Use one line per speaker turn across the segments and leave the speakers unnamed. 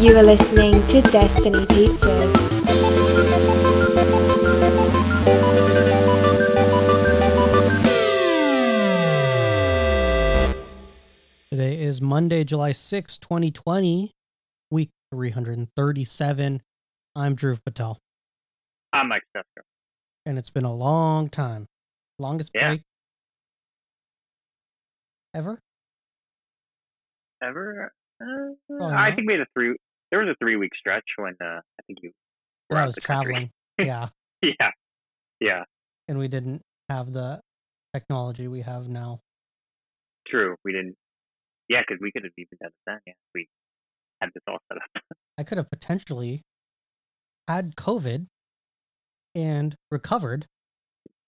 You are listening to Destiny Pizzas.
Today is Monday, July sixth, 2020, week 337. I'm Dhruv Patel,
I'm Mike Stefko.
and it's been a long time. Longest
Yeah.
break ever?
Ever? Uh,
yeah.
I think we had a three. There was a three week stretch when uh, I think you. were
That
out
was
of the country.
traveling. yeah.
Yeah, yeah,
And we didn't have the technology we have now.
true. We didn't. Yeah, because we could have even done that. Yeah, we had this all set up.
I could have potentially had COVID and recovered,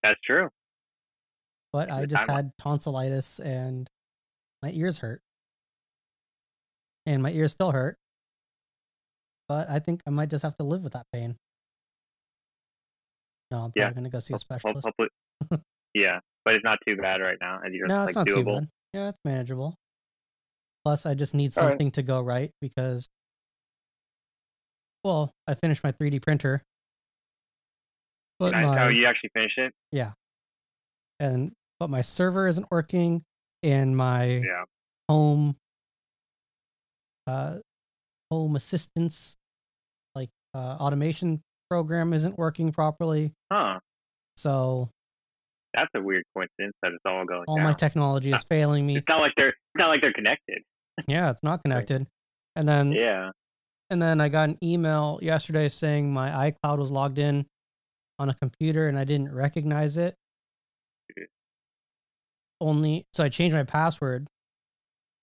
That's true.
but I
Good
just
timeline.
had tonsillitis and my ears hurt. And my ears still hurt. But I think I might just have to live with that pain. No, I'm probably
Yeah.
going to go see a
Ho- ho-
specialist.
hopefully, yeah, but it's not too bad right now. As you're
No,
like
it's not too
doable.
bad. Yeah, it's manageable. Plus, I just need
All right.
something to go right because, well, I finished my 3D printer. But
Nice.
my,
Oh, you actually finished it?
and but my server isn't working and my
Yeah.
home uh home assistance like uh automation program isn't working properly
Huh.
so
That's a weird coincidence that it's all going
all
down.
my technology is failing me
it's not like they're. It's not like they're connected.
yeah it's not connected and then
Yeah.
and then i got an email yesterday saying my icloud was logged in on a computer and i didn't recognize it only so i changed my password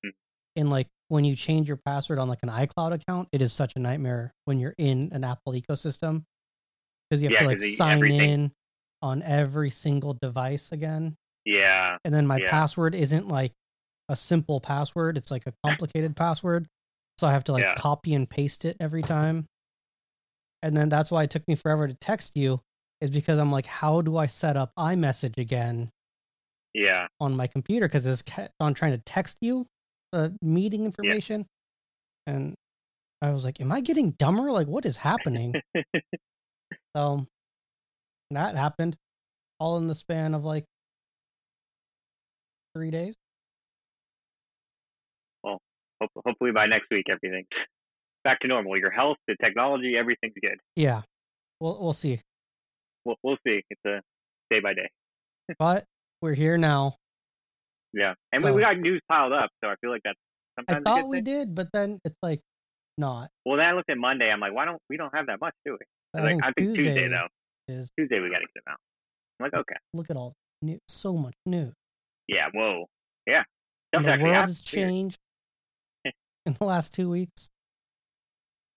Hmm.
and like when you change your password on like an icloud account it is such a nightmare when you're in an apple ecosystem because you have
Yeah,
to like
'cause the-
sign
everything-
in on every single device again
Yeah.
and then my
Yeah.
password isn't like a simple password it's like a complicated password so i have to like
Yeah.
copy and paste it every time and then that's why it took me forever to text you is because i'm like how do i set up imessage again
Yeah.
on my computer because it's kept on trying to text you uh, meeting information and i was like am i getting dumber like what is happening so that happened all in the span of like three days
Hope, hopefully by next week everything's back to normal. Your health, the technology, everything's good.
Yeah, we'll we'll see.
We'll, we'll see. It's a day by day.
But we're here now.
Yeah, and we, we got news piled up, so I feel like that's
I
sometimes a
thought
good
we
thing.
did, but then it's like not.
Well, then I looked at Monday. I'm like, why don't we don't have that much, do we? I was like, I think Tuesday, though.
Oh, is-
Tuesday we got to get them out. I'm like, okay,
Look at all new, so much news.
yeah, whoa, yeah.
And
Stuff's
the
actually
world
happened.
has changed in the last two weeks.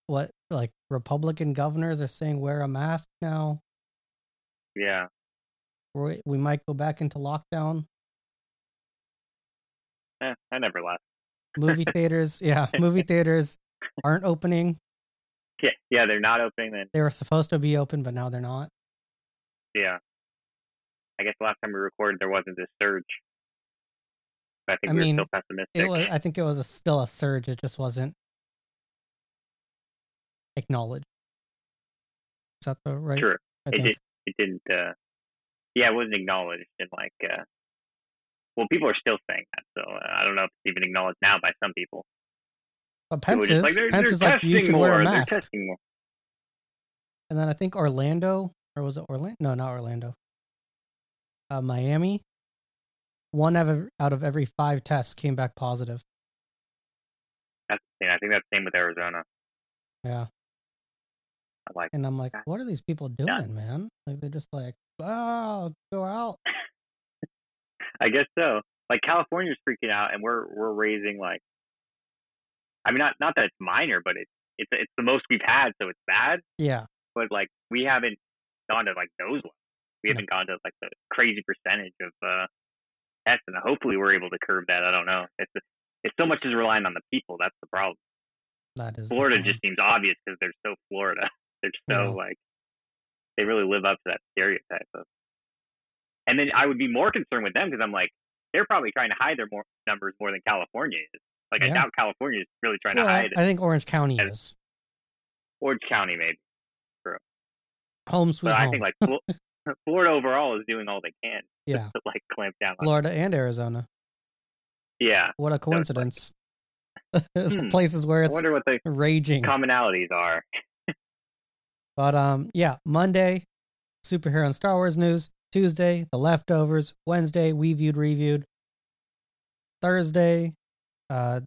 What like Republican governors are saying, wear a mask now.
Yeah,
We we might go back into lockdown.
eh, I never left.
Movie theaters, yeah, movie theaters aren't opening.
Yeah, yeah, they're not opening. Then
They were supposed to be open, but now they're not.
yeah, I guess the last time we recorded there wasn't this surge. But I think
I
we
mean,
were still pessimistic.
It was. I think it was a, still a surge. It just wasn't acknowledged. Is that the right?
Sure.
I
it,
think.
did, it didn't uh yeah it wasn't acknowledged and like uh well people are still saying that so uh, i don't know if it's even acknowledged now by some people
But Pence
People are
is,
just like they're,
Pence
they're
is like
testing
you should
more
wear a
they're
mask.
testing more
And then I think Orlando, or was it Orlando? No, not Orlando. Uh, Miami. One out of out of every five tests came back positive.
that's the thing. i think that's the same with arizona
Yeah,
i'm like
and I'm like,
God.
what are these people doing, man? Like they're just like, oh, go out.
i guess so like california's freaking out and we're we're raising like i mean not not that it's minor but it's it's it's the most we've had so it's bad
Yeah,
but like we haven't gone to like those ones. We
No.
haven't gone to like the crazy percentage of uh tests, and hopefully we're able to curb that. I don't know. It's it's so much is relying on the people. That's the problem.
that is the
Florida
plan.
just seems obvious because they're so Florida. They're so
Yeah.
like they really live up to that stereotype of. And then I would be more concerned with them because I'm like they're probably trying to hide their more numbers more than California is. Like I
Yeah.
doubt California is really trying
Well,
to
I,
hide
I think Orange County
And-
is.
Orange County maybe.
Home sweet
But I
home.
think like Flo- Florida overall is doing all they can
yeah,
to like clamp down on.
Florida and Arizona.
Yeah.
What a
like-
coincidence!
Hmm.
Places where
I
it's
wonder what the
raging.
commonalities are.
But um, yeah, Monday, superhero and Star Wars news. Tuesday, the leftovers. Wednesday, we viewed reviewed. Thursday, uh,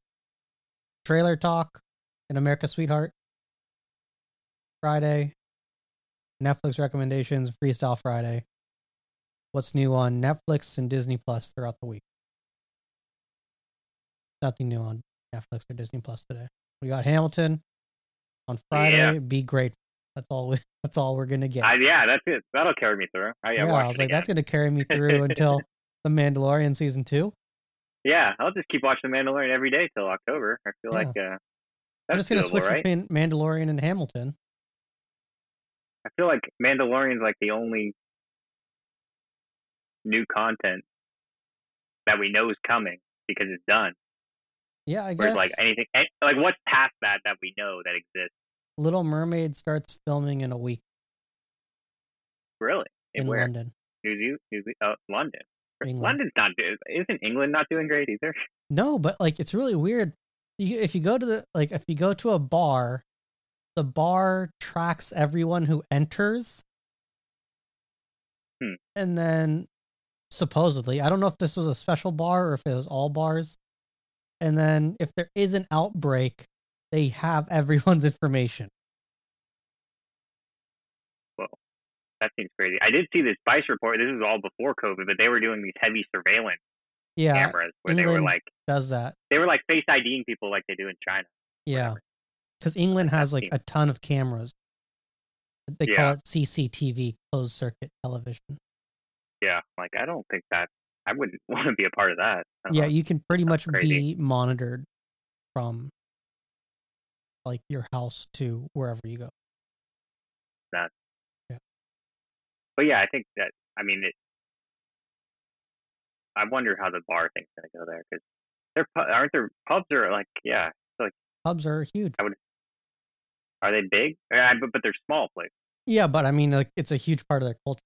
trailer talk and America's Sweetheart. Friday, Netflix recommendations, Freestyle Friday. What's new on Netflix and Disney Plus throughout the week? Nothing new on Netflix or Disney Plus today. We got Hamilton on Friday.
Yeah.
Be grateful. That's all. We, that's all we're gonna get.
I, yeah, that's it. That'll carry me through. I, yeah,
I was like, that's gonna carry me through until the Mandalorian season two.
yeah, I'll just keep watching The Mandalorian every day till October. I feel like uh,
I'm
that's
just gonna
doable,
switch
right?
between Mandalorian and Hamilton.
I feel like Mandalorian's like the only new content that we know is coming because it's done.
Yeah, I
Whereas
guess.
like anything, an- like what's past that that we know that exists
Little Mermaid starts filming in a week
really? And
in
where?
London.
New Zealand, New Ze- oh, London.
England.
London's not doing. Isn't England not doing great either?
No, but like it's really weird. You, if you go to the like if you go to a bar, the bar tracks everyone who enters.
Hmm.
And then supposedly, I don't know if this was a special bar or if it was all bars. And then if there is an outbreak, they have everyone's information.
That seems crazy. I did see this Vice report. This is all before COVID, but they were doing these heavy surveillance
Yeah,
cameras where they were
England-
like
does that.
they were like face IDing people like they do in China.
Yeah.
Whatever.
Cuz England has like
seen-
a ton of cameras. They
Yeah.
call it CCTV, closed circuit television.
Yeah, like I don't think that I wouldn't want to be a part of that. I don't
yeah
know.
you can pretty much
Uh-huh.
be
crazy.
monitored from like your house to wherever you go
but yeah, I think that I mean, it, I wonder how the bar thing's gonna go there because there aren't there pubs are like yeah
pubs are huge
are they big? Yeah, but but they're small places
yeah but i mean like it's a huge part of their culture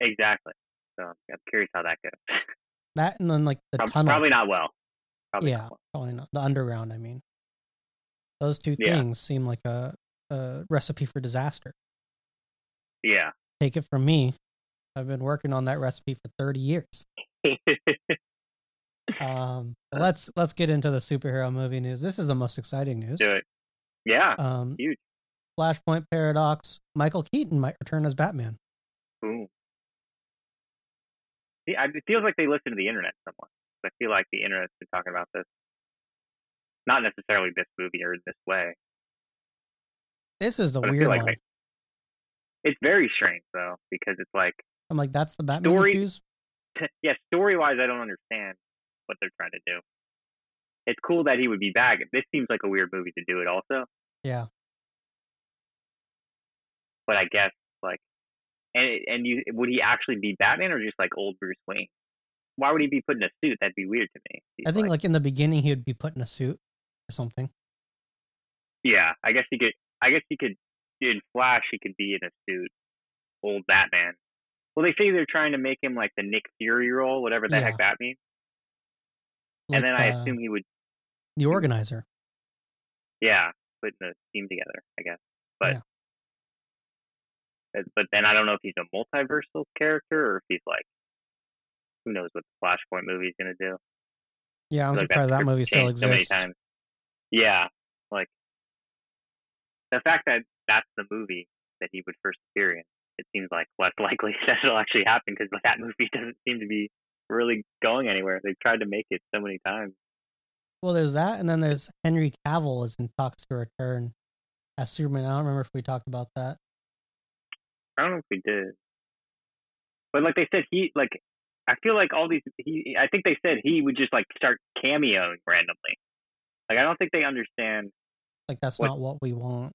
exactly. So I'm curious how that goes.
that and then like the
Prob-
tunnel
Probably not well. Probably
yeah
not well.
probably not. the underground i mean those two
Yeah.
things seem like a, a recipe for disaster
Yeah.
take it from me i've been working on that recipe for 30 years um but let's let's get into the superhero movie news this is the most exciting news
Do it. Yeah.
um
Huge.
flashpoint paradox michael keaton might return as batman
Boom. See, I- it feels like they listen to the internet somewhat. I feel like the internet's been talking about this. Not necessarily this movie or this way.
This is the
But I feel
weird
like
one.
they- It's very strange though, because it's like,
I'm like, that's the Batman
Story-
issues.
yeah, story wise, I don't understand what they're trying to do. It's cool that he would be back. This seems like a weird movie to do it also,
Yeah,
but I guess like, and and you would he actually be Batman or just like old Bruce Wayne? Why would he be put in a suit? That'd be weird to me.
I
He's
think like in the beginning he would be put in a suit or something.
Yeah, I guess he could. I guess he could. In Flash, he could be in a suit, old Batman. Well, they say they're trying to make him like the Nick Fury role, whatever the
Yeah.
heck that means.
Like,
and then I
uh,
assume he would,
the organizer.
yeah, put the team together. I guess, but Uh,
Yeah.
but- but then I don't know if he's a multiversal character or if he's like, who knows what the Flashpoint movie is gonna do.
Yeah, I'm
like
surprised that
script
movie still
changed so many
exists.
times. Yeah, like the fact that that's the movie that he would first appear in, it seems like less likely that it'll actually happen because that movie doesn't seem to be really going anywhere. They've tried to make it so many times.
Well, there's that, and then there's Henry Cavill is in talks to return as Superman. I don't remember if we talked about that.
I don't know if we did, but like they said, he like I feel like all these. He I think they said he would just like start cameoing randomly. Like I don't think they understand
Like that's
What-
not what we want.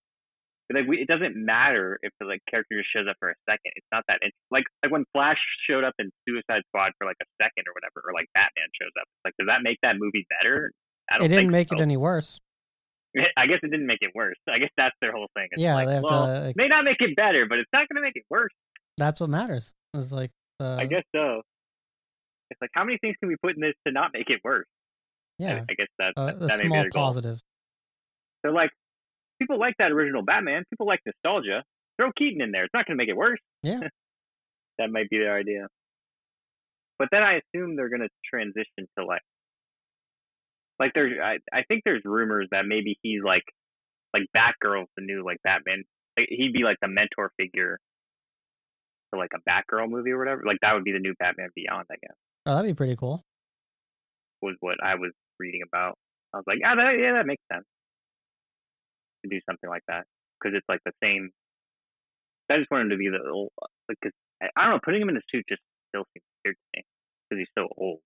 But, like we, it doesn't matter if the like character just shows up for a second. It's not that it's like like when Flash showed up in Suicide Squad for like a second or whatever, or like Batman shows up. Like, does that make that movie better? I don't
It didn't
think
make
so.
it any worse.
I guess it didn't make it worse. I guess that's their whole thing. It's
yeah,
like,
they have
well,
to. Like,
may not make it better, but it's not going to make it worse.
that's what matters. It's like uh,
I guess so. It's like how many things can we put in this to not make it worse? I-
yeah,
I, guess that's
uh,
that,
a
that may be
small
their goal.
positive.
They're like, people like that original Batman. People like nostalgia. Throw Keaton in there. It's not going to make it worse.
Yeah.
that might be their idea. But then I assume they're going to transition to like, like there's, I, I think there's rumors that maybe he's like, like Batgirl's the new like Batman. Like, he'd be like the mentor figure to like a Batgirl movie or whatever. Like that would be the new Batman Beyond, I guess,
Oh, that'd be pretty cool.
was what I was reading about. I was like, ah, that, yeah, that makes sense to do something like that because it's like the same. I just want him to be the old, uh, like, cause I, I don't know, putting him in a suit just still seems weird to me because he's so old.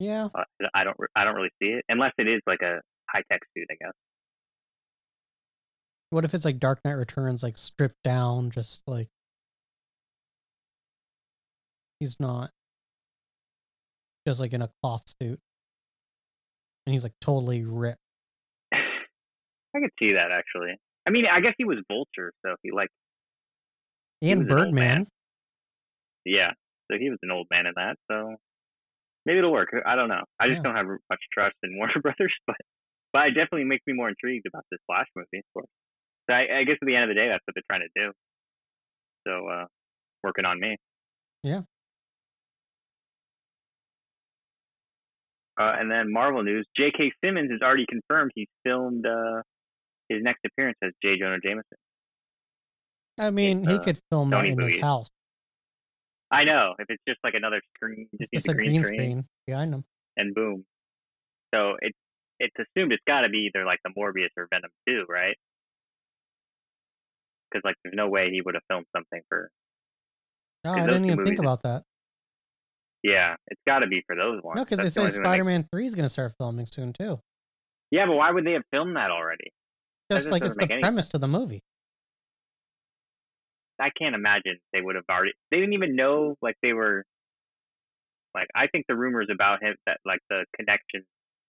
Yeah,
Uh, I don't, re- I don't really see it unless it is like a high tech suit, I guess.
what if it's like Dark Knight Returns, like stripped down, just like he's not just like in a cloth suit, and he's like totally ripped.
I could see that actually. I mean, I guess he was Vulture, so he like,
And
was an old
Birdman,
yeah, so he was an old man in that. So maybe it'll work. I don't know. I just
Yeah.
don't have much trust in Warner Brothers, but but it definitely makes me more intrigued about this Flash movie. Of course. So I, I guess at the end of the day, that's what they're trying to do. So uh, working on me.
Yeah.
Uh, and then Marvel news: J.K. Simmons has already confirmed he's filmed uh, his next appearance as J. Jonah Jameson.
I mean, he
uh,
could film that
Sony
in his
movies.
house,
I know if it's just like another screen, just, needs
just a green
screen.
screen behind him.
and boom. So it it's assumed it's got to be either like the Morbius or Venom 2, right? Because like there's no way he would have filmed something for
No,
'Cause
I
those
didn't
two
even think
movies-
about that.
yeah, it's got to be for those ones.
No, because they
That's
say
only thing that makes-
Spider Man Three is going to start filming soon too.
Yeah, but why would they have filmed that already? That
Just
just
like
doesn't
it's the
make any
premise to the movie.
I can't imagine they would have already. They didn't even know like they were. Like I think the rumors about him that like the connection.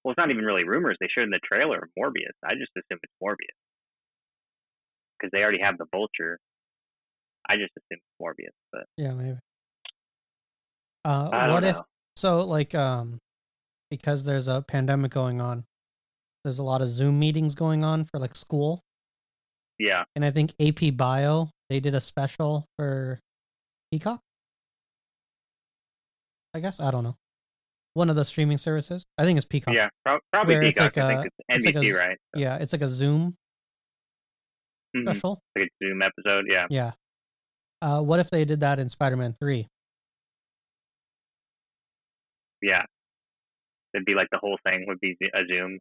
Well, it's not even really rumors. They showed in the trailer of Morbius. I just assume it's Morbius because they already have the Vulture. I just assume it's Morbius, but
Yeah, maybe. Uh,
I don't
what if
know.
so? Like, um, because there's a pandemic going on, there's a lot of Zoom meetings going on for like school,
Yeah,
and I think AP Bio they did a special for Peacock. I guess I don't know, one of the streaming services. I think it's Peacock.
yeah, pro- probably
Where it's
Peacock.
like
I
a-
think
it's
it's
like a
NBC,
s-
right? So,
yeah, it's like a Zoom
mhm,
special.
Like a Zoom episode. Yeah,
Yeah. Uh, what if they did that in Spider Man Three?
yeah. It'd be like the whole thing would be a Zoom.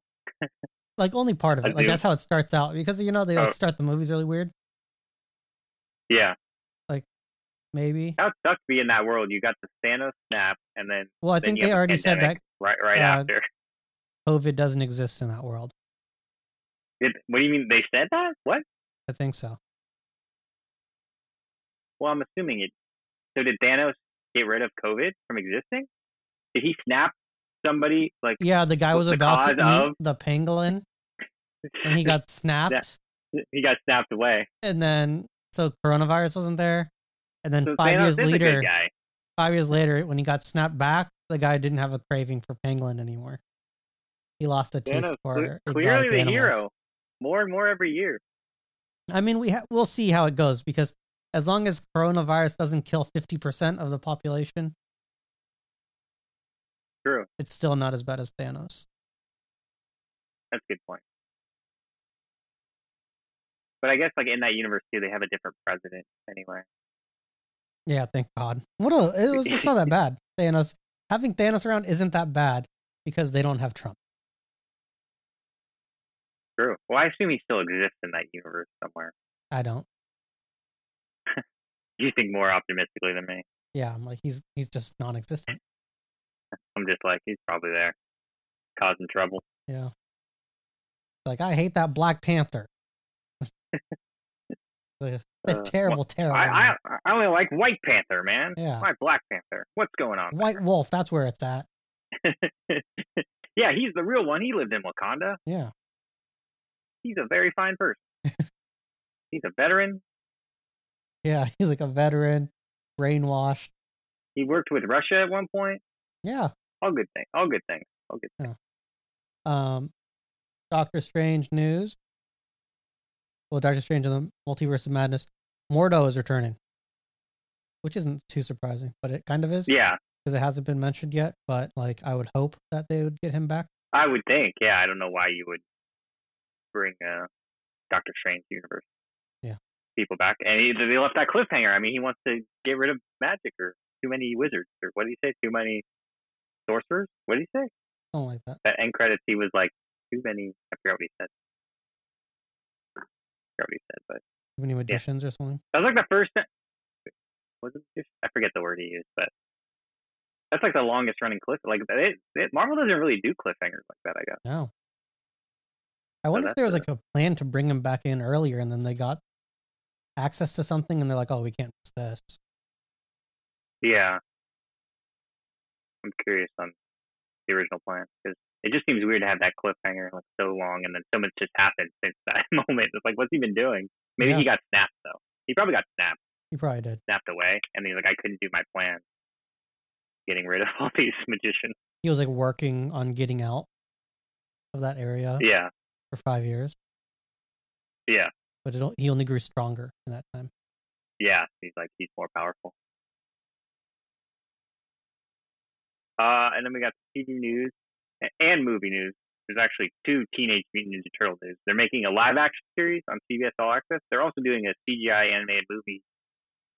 Like only part of
A
it. Like
Zoom.
that's how it starts out because you know they like
Oh.
start the movies really weird.
Yeah,
Maybe.
that would suck to be in that world. You got the Thanos snap, and then
Well, I
then
think
you
they
have a
already said that
pandemic right right
uh,
after.
COVID doesn't exist in that world.
It, what do you mean they said that? What?
I think so.
Well, I'm assuming it. So did Thanos get rid of COVID from existing? Did he snap somebody like?
Yeah, the guy was
What's the
about to
cause
eat the pangolin and he got snapped.
he got snapped away.
And then so coronavirus wasn't there. And then
So
five
Thanos
years
is a good
later,
guy.
five years later, when he got snapped back, the guy didn't have a craving for pangolin anymore. He lost a taste
Thanos
for
cle-
exotic
clearly the
animals.
hero. More and more every year.
I mean, we ha- we'll see how it goes because as long as coronavirus doesn't kill fifty percent of the population,
True.
it's still not as bad as Thanos.
That's a good point. But I guess like in that universe too, they have a different president anyway.
Yeah, thank God. What a, it was just not that bad. Thanos having Thanos around isn't that bad because they don't have Trump.
True. Well, I assume he still exists in that universe somewhere.
I don't.
You think more optimistically than me.
Yeah, I'm like he's he's just non-existent.
I'm just like, he's probably there, causing trouble.
Yeah. Like I hate that Black Panther. the, the
Uh,
terrible, terrible.
I, I I only like White Panther, man.
Oh, Yeah.
My Black Panther. What's going on?
White Wolf. That's where it's at.
yeah, he's the real one. He lived in Wakanda.
Yeah.
he's a very fine person. he's a veteran.
Yeah, he's like a veteran, brainwashed.
He worked with Russia at one point.
Yeah.
All good things. All good things. All good things.
Um, Doctor Strange news. Well, Doctor Strange and the Multiverse of Madness. Mordo is returning, which isn't too surprising, but it kind of is
Yeah,
because it hasn't been mentioned yet. But like, I would hope that they would get him back.
I would think. Yeah, I don't know why you would bring uh, Doctor Strange universe.
Yeah.
People back, and he, they left that cliffhanger. I mean, he wants to get rid of magic or too many wizards or what do you say? Too many sorcerers? What do you say?
Something like that.
That end credits, he was like, too many. I forgot what he said. I forgot what he said, but
Too many magicians or something.
That's like the first. Was it? just- I forget the word he used, but that's like the longest running cliff. Like it, it, Marvel doesn't really do cliffhangers like that. I guess.
No. I wonder if
that's
there was
a-
like a plan to bring him back in earlier, and then they got access to something, and they're like, "Oh, we can't miss this."
Yeah. I'm curious on the original plan because it just seems weird to have that cliffhanger like so long and then so much just happened since that moment. It's like, what's he been doing? Maybe he got snapped though. He probably got snapped,
You probably did.
snapped away, and he's like, I couldn't do my plan, getting rid of all these magicians.
He was like working on getting out of that area
Yeah.
for five years.
Yeah.
But it, o- he only grew stronger in that time.
Yeah, he's like he's more powerful. Uh, and then we got TV news a- and movie news. There's actually two Teenage Mutant Ninja Turtle news. They're making a live action series on CBS All Access. They're also doing a CGI animated movie.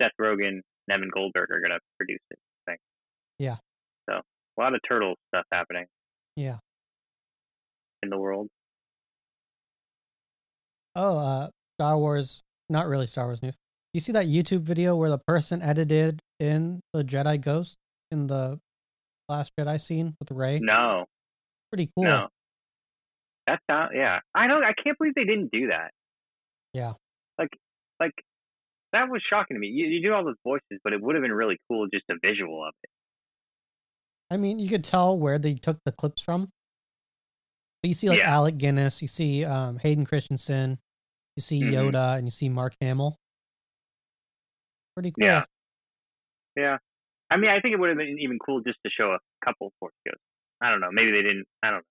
Seth Rogen, Nevin Goldberg are gonna produce it. I think.
Yeah.
So a lot of turtle stuff happening
Yeah.
in the world.
Oh, uh, Star Wars. Not really Star Wars news. You see that YouTube video where the person edited in the Jedi ghost in the Last Jedi scene with Ray?
No,
Pretty cool.
no. That's not. Yeah, I don't. I can't believe they didn't do that.
Yeah.
Like, like that was shocking to me. You, you do all those voices, but it would have been really cool just a visual of it.
I mean, you could tell where they took the clips from. But you see, like
Yeah.
Alec Guinness, you see um, Hayden Christensen, you see
Mhm.
Yoda, and you see Mark Hamill. Pretty cool.
Yeah. I mean, I think it would have been even cool just to show a couple Force Ghosts. I don't know. Maybe they didn't. I don't know.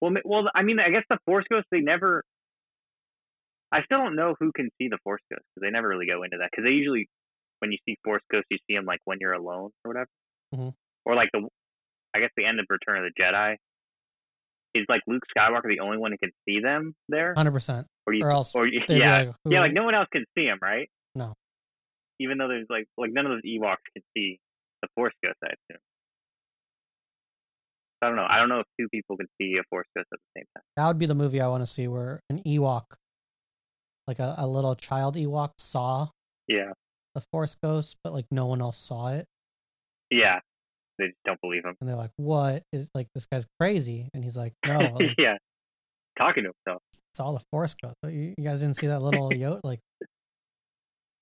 Well, ma- well, I mean, I guess the Force Ghosts they never. I still don't know who can see the Force Ghosts because they never really go into that because they usually, when you see Force Ghosts, you see them like when you're alone or whatever,
Mhm.
or like the, I guess the end of Return of the Jedi. Is like Luke Skywalker the only one who can see them there,
Hundred percent.
or you,
Or else
or you-
they'd be
yeah,
like, "Who-
yeah, like no one else can see him, right?
No.
Even though there's like like none of those Ewoks can see the Force Ghost, I assume. I don't know. I don't know if two people can see a Force Ghost at the same time.
That would be the movie I want to see where an Ewok, like a, a little child Ewok, saw
Yeah.
the Force Ghost, but like no one else saw it.
Yeah. They just don't believe him.
And they're like, what is like, this guy's crazy. And he's like, no, like,
yeah. Talking to himself.
saw the Force Ghost. But You, you guys didn't see that little Yoda, like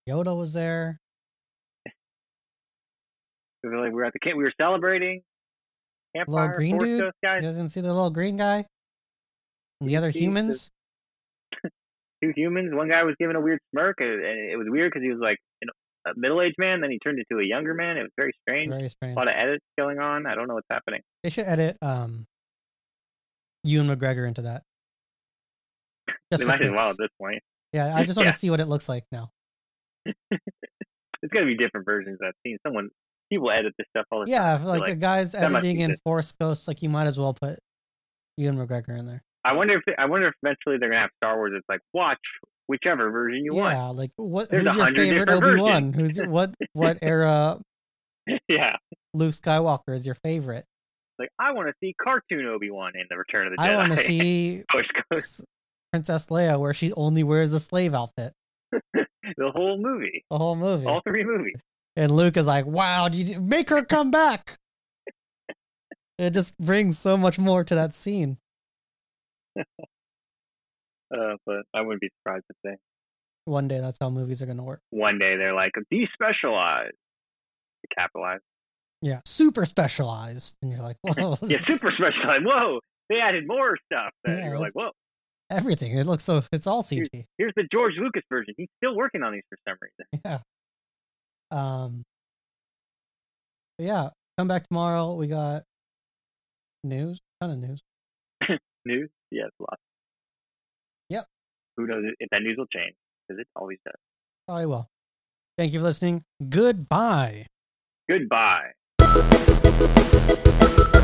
Yoda was there.
We were like we were at the camp we were celebrating. Campfire,
green
Force
dude?
Ghost guys,
You guys didn't see the little green guy and the other
see the-
humans.
two humans. One guy was giving a weird smirk, and and it was weird because he was like an, a middle-aged man, then he turned into a younger man. It was very strange.
Very strange.
A lot of edits going on. I don't know what's happening.
They should edit um Ewan McGregor into that. Just
they
for
might as well at
kicks.
this point.
Yeah, I just want
Yeah.
to see what it looks like now.
It's gonna be different versions I've seen. Someone people edit this stuff all the time.
Yeah, if, like,
like,
a guy's
that might
editing
be
in
good.
Force
Force
Ghost, like you might as well put Ewan McGregor in there.
I wonder if I wonder if eventually they're gonna have Star Wars. It's like watch whichever version you
yeah, like what?
There's
who's
a
your
hundred
favorite
different
Obi Wan? Who's your- what? What era
want. yeah,
Luke Skywalker is your favorite?
like I want to see cartoon Obi Wan in the Return of the Jedi.
I want to see
Force Ghost,
s- Princess Leia where she only wears a slave outfit
the whole movie,
the whole movie.
all three movies.
And Luke is like, "Wow, you did- make her come back." it just brings so much more to that scene.
Uh, but I wouldn't be surprised if they
One day, that's how movies are going to work.
one day they're like despecialized to capitalize.
Yeah, super specialized, and you're like, "Whoa,
Yeah, super specialized. Whoa, they added more stuff that
Yeah,
you were
that's-
like, whoa,
Everything. It looks so. It's all CG.
here's the George Lucas version. He's still working on these for some reason.
Yeah. Um. but yeah. Come back tomorrow. We got news. Ton of news.
News? Yeah, it's lots.
Yep.
Who knows if that news will change because it always does.
Probably will. Thank you for listening. Goodbye.
Goodbye.